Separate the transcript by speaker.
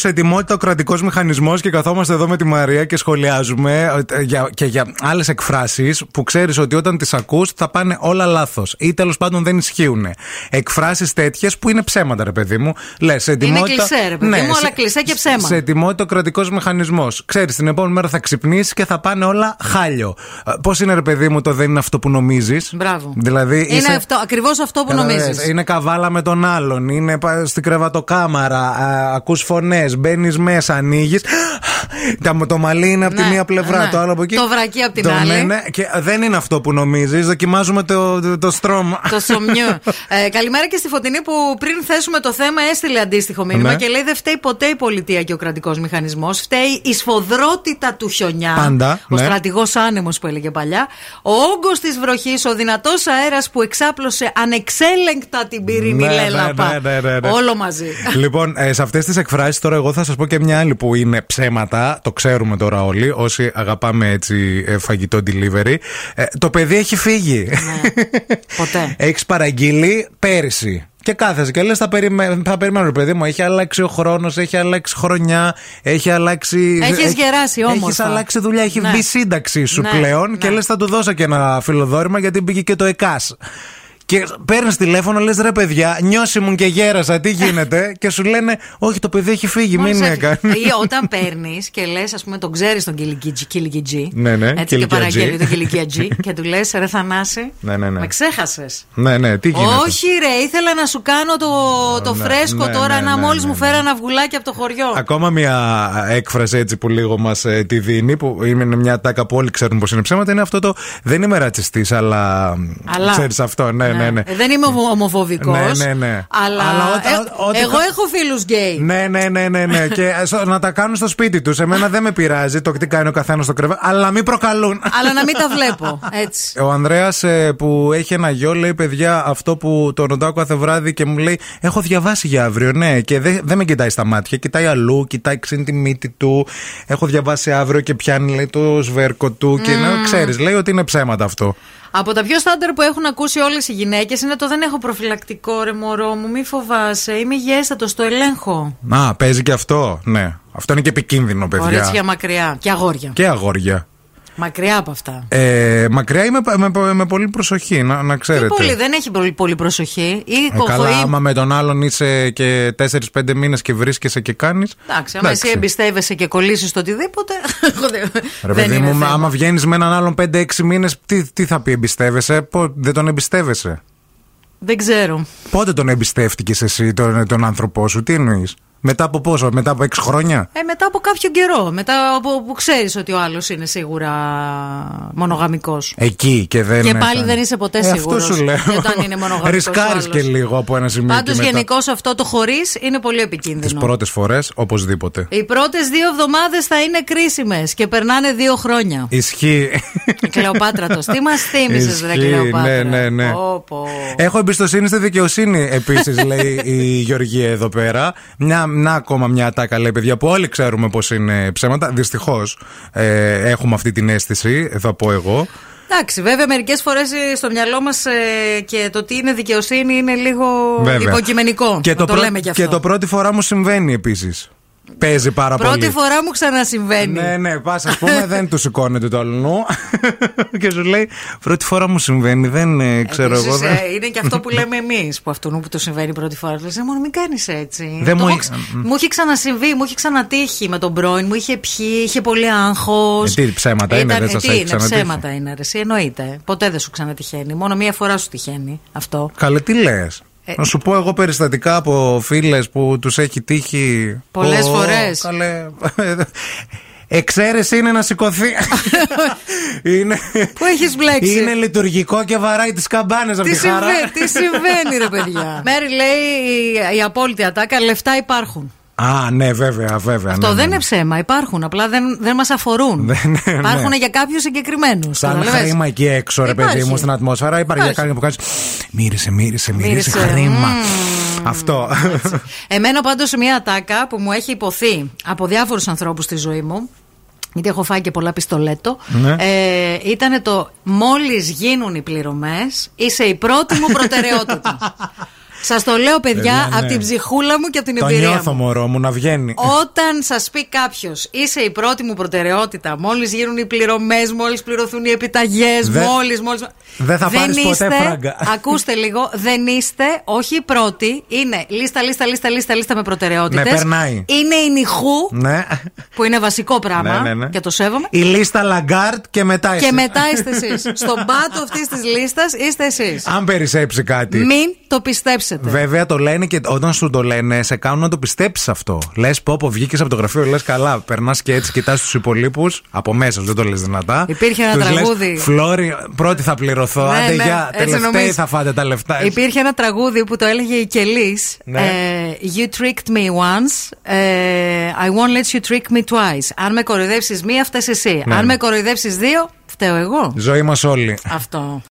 Speaker 1: σε ετοιμότητα ο κρατικός μηχανισμός και καθόμαστε εδώ με τη Μαρία και σχολιάζουμε ε, για, και για άλλες εκφράσεις που ξέρεις ότι όταν τις ακούς θα πάνε όλα λάθος ή τέλος πάντων δεν ισχύουν. Εκφράσεις τέτοιες που είναι ψέματα, ρε παιδί μου. Λες, σε ετοιμότητα.
Speaker 2: Είναι κλεισέ, ρε παιδί
Speaker 1: Ναι,
Speaker 2: μου,
Speaker 1: σε-
Speaker 2: αλλά κλεισέ και ψέμα.
Speaker 1: Σε ετοιμότητα ο κρατικός μηχανισμός. Ξέρεις, την επόμενη μέρα θα ξυπνήσεις και θα πάνε όλα χάλιο. Πώς είναι, ρε παιδί μου, το δεν είναι αυτό που νομίζεις.
Speaker 2: Μπράβο.
Speaker 1: Δηλαδή,
Speaker 2: είναι
Speaker 1: είσαι-
Speaker 2: αυτό, ακριβώς αυτό που
Speaker 1: Καταλαβαίνεις.
Speaker 2: νομίζεις.
Speaker 1: Είναι καβάλα με τον άλλον. Είναι πα- στην κρεβατοκάμαρα. α, Ακούς φωνές. Μπαίνεις μέσα, ανοίγεις. Το μαλλί είναι από τη
Speaker 2: Ναι,
Speaker 1: μία πλευρά,
Speaker 2: ναι.
Speaker 1: το άλλο από εκεί.
Speaker 2: Το βρακί απ' την
Speaker 1: Το-
Speaker 2: άλλη.
Speaker 1: ναι, ναι. και δεν είναι αυτό που νομίζεις. Δοκιμάζουμε το, το, το στρώμα.
Speaker 2: Το σομιό. ε, καλημέρα και στη Φωτεινή που πριν θέσουμε το θέμα έστειλε αντίστοιχο μήνυμα
Speaker 1: Ναι.
Speaker 2: και λέει δεν φταίει ποτέ η πολιτεία και ο κρατικός μηχανισμός. Φταίει η σφοδρότητα του χιονιά.
Speaker 1: Πάντα,
Speaker 2: Ο
Speaker 1: ναι.
Speaker 2: στρατηγός άνεμος που έλεγε παλιά. Ο όγκος της βροχής, ο δυνατός αέρας που εξάπλωσε ανεξέλεγκτα την πυρηνή
Speaker 1: Ναι, ναι,
Speaker 2: λέλαπα.
Speaker 1: ναι, ναι, ναι, ναι.
Speaker 2: Όλο μαζί.
Speaker 1: Λοιπόν, ε, σε αυτές τις εκφράσεις τώρα, εγώ θα σας πω και μια άλλη που είναι ψέματα. Το ξέρουμε τώρα όλοι. Όσοι αγαπάμε έτσι ε, φαγητό delivery. Ε, το παιδί έχει φύγει.
Speaker 2: Ναι. ποτέ.
Speaker 1: Έχεις παραγγείλει πέρυσι. Και κάθεσαι και λες: θα, περιμέ... θα περιμένω, ρε παιδί μου. Έχει αλλάξει ο χρόνος, έχει αλλάξει χρονιά, έχει αλλάξει.
Speaker 2: Έχεις
Speaker 1: έχει-
Speaker 2: γεράσει όμορφα.
Speaker 1: Έχεις αλλάξει δουλειά, έχει
Speaker 2: Ναι.
Speaker 1: μπει σύνταξη σου
Speaker 2: Ναι,
Speaker 1: πλέον. Και
Speaker 2: ναι.
Speaker 1: λες: θα του δώσω και ένα φιλοδόρημα γιατί μπήκε και το ΕΚΑΣ. Και παίρνεις τηλέφωνο, λες ρε παιδιά, νιώσιμουν και γέρασα, τι γίνεται. και σου λένε: Όχι, το παιδί έχει φύγει, μην
Speaker 2: Μόλις ε,
Speaker 1: έκανε.
Speaker 2: έφυγε. Ή όταν παίρνεις και λες, ας πούμε, τον ξέρεις τον κυλικιτζή. κυλικιτζή,
Speaker 1: Ναι, ναι,
Speaker 2: Έτσι και
Speaker 1: κυλικιατζή.
Speaker 2: παραγγέλνει τον κυλικιατζή και του λες, ρε Θανάση.
Speaker 1: Ναι, ναι, ναι.
Speaker 2: Με ξέχασες.
Speaker 1: ναι, ναι, τι γίνεται.
Speaker 2: Όχι, ρε, ήθελα να σου κάνω το, το
Speaker 1: ναι,
Speaker 2: φρέσκο
Speaker 1: ναι,
Speaker 2: τώρα
Speaker 1: ναι,
Speaker 2: να
Speaker 1: ναι,
Speaker 2: μόλις
Speaker 1: ναι,
Speaker 2: μου
Speaker 1: ναι.
Speaker 2: φέραν αυγουλάκι από το χωριό.
Speaker 1: Ακόμα μια έκφραση έτσι που λίγο μας τη δίνει, που είναι μια τάκα που όλοι ξέρουν πως είναι ψέματα, είναι αυτό το δεν είμαι ρατσιστής, αλλά.
Speaker 2: Αλλά.
Speaker 1: Ξέρεις αυτό, ναι, ναι, ναι.
Speaker 2: Ε, Δεν είμαι ομοφοβικός.
Speaker 1: Ναι, ναι, ναι.
Speaker 2: Αλλά,
Speaker 1: Αλλά όταν-
Speaker 2: ε,
Speaker 1: ό,τι-
Speaker 2: εγώ έχω φίλους γκέι.
Speaker 1: Ναι, ναι, ναι, ναι, ναι. και στο- να τα κάνουν στο σπίτι τους. Εμένα δεν με πειράζει το τι κάνει ο καθένας στο κρεβάτι, αλλά μην προκαλούν.
Speaker 2: Αλλά να μην τα βλέπω. Έτσι.
Speaker 1: Ο Ανδρέας που έχει ένα γιο λέει: Παιδιά, αυτό που το ρωτάω κάθε βράδυ και μου λέει: Έχω διαβάσει για αύριο, ναι. Και δεν δεν με κοιτάει στα μάτια, κοιτάει αλλού, κοιτάει ξύνει τη μύτη του. Έχω διαβάσει αύριο και πιάνει λέει, το σβέρκο του. Και να ξέρεις, λέει ότι είναι ψέματα αυτό.
Speaker 2: Από τα πιο στάντερ που έχουν ακούσει όλες οι γυναίκες είναι το δεν έχω προφυλακτικό ρε μωρό μου, μη φοβάσαι, είμαι υγιέστατο, το ελέγχω.
Speaker 1: Να, παίζει και αυτό, ναι. Αυτό είναι και επικίνδυνο, παιδιά.
Speaker 2: Κορίτσια μακριά και αγόρια.
Speaker 1: Και αγόρια.
Speaker 2: Μακριά από αυτά.
Speaker 1: Ε, μακριά είμαι με, με, με πολύ προσοχή, να, να
Speaker 2: Και
Speaker 1: ξέρετε.
Speaker 2: πολύ, δεν έχει πολύ, πολύ προσοχή. Ή
Speaker 1: Ε, καλά,
Speaker 2: κοχοή.
Speaker 1: άμα με τον άλλον είσαι και 4-5 μήνες και βρίσκεσαι και κάνεις.
Speaker 2: Εντάξει, άμα εσύ εμπιστεύεσαι και κολλήσεις το οτιδήποτε. εγώ δεν-
Speaker 1: Ρε
Speaker 2: δεν
Speaker 1: παιδί
Speaker 2: είναι
Speaker 1: μου,
Speaker 2: θέμα.
Speaker 1: άμα βγαίνεις με έναν άλλον 5-6 μήνες, τι, τι θα πει, εμπιστεύεσαι. Πο, δεν τον εμπιστεύεσαι.
Speaker 2: Δεν ξέρω.
Speaker 1: Πότε τον εμπιστεύτηκες εσύ τον, τον άνθρωπό σου, τι εννοείς. Μετά από πόσο, μετά από 6 χρόνια.
Speaker 2: Ε, μετά από κάποιο καιρό, μετά από που ξέρεις ότι ο άλλος είναι σίγουρα μονογαμικός.
Speaker 1: Ναι, Εκεί και δεν.
Speaker 2: Και πάλι
Speaker 1: ήταν.
Speaker 2: δεν είσαι ποτέ
Speaker 1: ε,
Speaker 2: σίγουρος.
Speaker 1: Αυτό σου λέω.
Speaker 2: Και όταν είναι μονογαμικός ο
Speaker 1: Ρισκάρεις
Speaker 2: άλλος.
Speaker 1: και λίγο από ένα σημείο.
Speaker 2: Πάντως, γενικώς αυτό το χωρίς είναι πολύ
Speaker 1: Τι
Speaker 2: επικίνδυνο.
Speaker 1: πρώτες φορές, οπωσδήποτε.
Speaker 2: Οι πρώτες δύο εβδομάδες θα είναι κρίσιμες και περνάνε δύο χρόνια.
Speaker 1: Ισχύει.
Speaker 2: Η Κλεοπάτρα το. Τι μα θύμισε, Ρε
Speaker 1: Ισχύει,
Speaker 2: Κλεοπάτρα.
Speaker 1: Ναι, ναι, ναι.
Speaker 2: Πω, πω.
Speaker 1: Έχω εμπιστοσύνη στη δικαιοσύνη επίσης, λέει η Γεωργία εδώ πέρα. Μια, να ακόμα μια ατάκα, λέει παιδιά, που όλοι ξέρουμε πω είναι ψέματα. Δυστυχώς ε, έχουμε αυτή την αίσθηση, θα πω εγώ.
Speaker 2: Εντάξει, βέβαια, μερικές φορές στο μυαλό μας και το τι είναι δικαιοσύνη είναι λίγο
Speaker 1: Βέβαια.
Speaker 2: υποκειμενικό.
Speaker 1: Και
Speaker 2: Να το,
Speaker 1: πρω-
Speaker 2: λέμε κι αυτό.
Speaker 1: Και το πρώτη φορά μου συμβαίνει επίσης. Παίζει πάρα
Speaker 2: Πρώτη
Speaker 1: πολύ.
Speaker 2: φορά μου ξανασυμβαίνει.
Speaker 1: Ναι, ναι, πας ας πούμε, δεν του σηκώνεται το αλλού. και σου λέει, πρώτη φορά μου συμβαίνει, δεν ε, ξέρω
Speaker 2: Επίσης,
Speaker 1: εγώ. δεν-
Speaker 2: ε, είναι και αυτό που λέμε εμείς που αυτού που το συμβαίνει πρώτη φορά. Του λες, «Ε, μόνο μην κάνεις έτσι.
Speaker 1: Δεν
Speaker 2: Το
Speaker 1: μου
Speaker 2: έχω
Speaker 1: εί-
Speaker 2: ξα- μου είχε ξανασυμβεί, μου είχε ξανατύχει με τον πρώην, μου είχε πιει, είχε πολύ άγχος.
Speaker 1: Ε, τι ψέματα είναι, δεν σας
Speaker 2: τι
Speaker 1: έχει
Speaker 2: είναι,
Speaker 1: ξανατύχει.
Speaker 2: ψέματα είναι, ρε, εσύ, εννοείται. Ποτέ δεν σου ξανατυχαίνει. Μόνο μία φορά σου τυχαίνει αυτό.
Speaker 1: Καλέ, τι λες.
Speaker 2: Ε,
Speaker 1: Να σου πω εγώ περιστατικά από φίλες που τους έχει τύχει.
Speaker 2: Πολλές
Speaker 1: Ω,
Speaker 2: φορές.
Speaker 1: Καλέ. Ε, Εξαίρεση είναι να σηκωθεί. είναι...
Speaker 2: Πού έχεις μπλέξει?
Speaker 1: Είναι λειτουργικό και βαράει τις καμπάνες από
Speaker 2: Τι
Speaker 1: τη χαρά.
Speaker 2: συμβαίνει, τι συμβαίνει, ρε παιδιά. Μέρι λέει η, η απόλυτη ατάκα, λεφτά υπάρχουν.
Speaker 1: Α, ναι, βέβαια, βέβαια.
Speaker 2: Αυτό
Speaker 1: ναι, ναι,
Speaker 2: δεν
Speaker 1: ναι.
Speaker 2: είναι ψέμα, υπάρχουν. Απλά δεν, δεν μας αφορούν.
Speaker 1: Ναι, ναι, ναι.
Speaker 2: Υπάρχουν για κάποιους συγκεκριμένους.
Speaker 1: Σαν χρήμα εκεί έξω, ρε
Speaker 2: Υπάρχει.
Speaker 1: παιδί μου, στην ατμόσφαιρα. Υπάρχει,
Speaker 2: Υπάρχει.
Speaker 1: κάτι που κάνεις. Μύρισε, μύρισε, μύρισε,
Speaker 2: Μύρισε.
Speaker 1: χρήμα. Αυτό.
Speaker 2: Εμένα πάντως μια ατάκα που μου έχει υποθεί από διάφορους ανθρώπους στη ζωή μου. Γιατί έχω φάει και πολλά πιστολέτο.
Speaker 1: Ναι.
Speaker 2: Ε, ήταν το μόλις γίνουν οι πληρωμές, είσαι η πρώτη μου προτεραιότητα. Σας το λέω, παιδιά,
Speaker 1: Παιδιά, ναι.
Speaker 2: από την ψυχούλα μου και από την
Speaker 1: Το
Speaker 2: εμπειρία
Speaker 1: νιώθω,
Speaker 2: μου.
Speaker 1: μωρό μου, να βγαίνει.
Speaker 2: Όταν σας πει κάποιος, είσαι η πρώτη μου προτεραιότητα, μόλις γίνουν οι πληρωμές, μόλις πληρωθούν οι επιταγές,
Speaker 1: Δε-
Speaker 2: μόλις. Μόλις...
Speaker 1: Δεν θα πάρεις ποτέ φράγκα.
Speaker 2: Ακούστε λίγο, δεν είστε, όχι η πρώτη, είναι λίστα, λίστα, λίστα, λίστα, λίστα με προτεραιότητες.
Speaker 1: Ναι, περνάει.
Speaker 2: Είναι η νυχού,
Speaker 1: Ναι.
Speaker 2: που είναι βασικό πράγμα
Speaker 1: Ναι, ναι, ναι.
Speaker 2: και το σέβομαι.
Speaker 1: Η λίστα Λαγκάρτ και μετά εσύ.
Speaker 2: Και μετά είστε εσείς. Στον πάτο αυτής της λίστας είστε εσείς.
Speaker 1: Αν περισσέψει κάτι.
Speaker 2: Μην το πιστέψετε.
Speaker 1: Βέβαια το λένε και όταν σου το λένε, σε κάνουν να το πιστέψεις αυτό. Λες πω, πω βγήκες από το γραφείο, λες καλά. Περνάς και έτσι, κοιτάς τους υπολείπους από μέσα, σου, δεν το λες δυνατά.
Speaker 2: Υπήρχε ένα
Speaker 1: Τους λες,
Speaker 2: τραγούδι.
Speaker 1: Φλόρι, πρώτη θα πληρωθώ.
Speaker 2: Ναι,
Speaker 1: Άντε,
Speaker 2: ναι,
Speaker 1: για
Speaker 2: έτσι
Speaker 1: τελευταίοι
Speaker 2: νομίζω.
Speaker 1: θα φάτε τα λεφτά.
Speaker 2: Υπήρχε ένα τραγούδι που το έλεγε η Κελής
Speaker 1: Ναι.
Speaker 2: ε, You tricked me once ε, I won't let you trick me twice Αν με κοροϊδέψεις μία φταίς εσύ
Speaker 1: Ναι.
Speaker 2: Αν με κοροϊδέψεις δύο φταίω εγώ
Speaker 1: Ζωή μας όλοι.
Speaker 2: Αυτό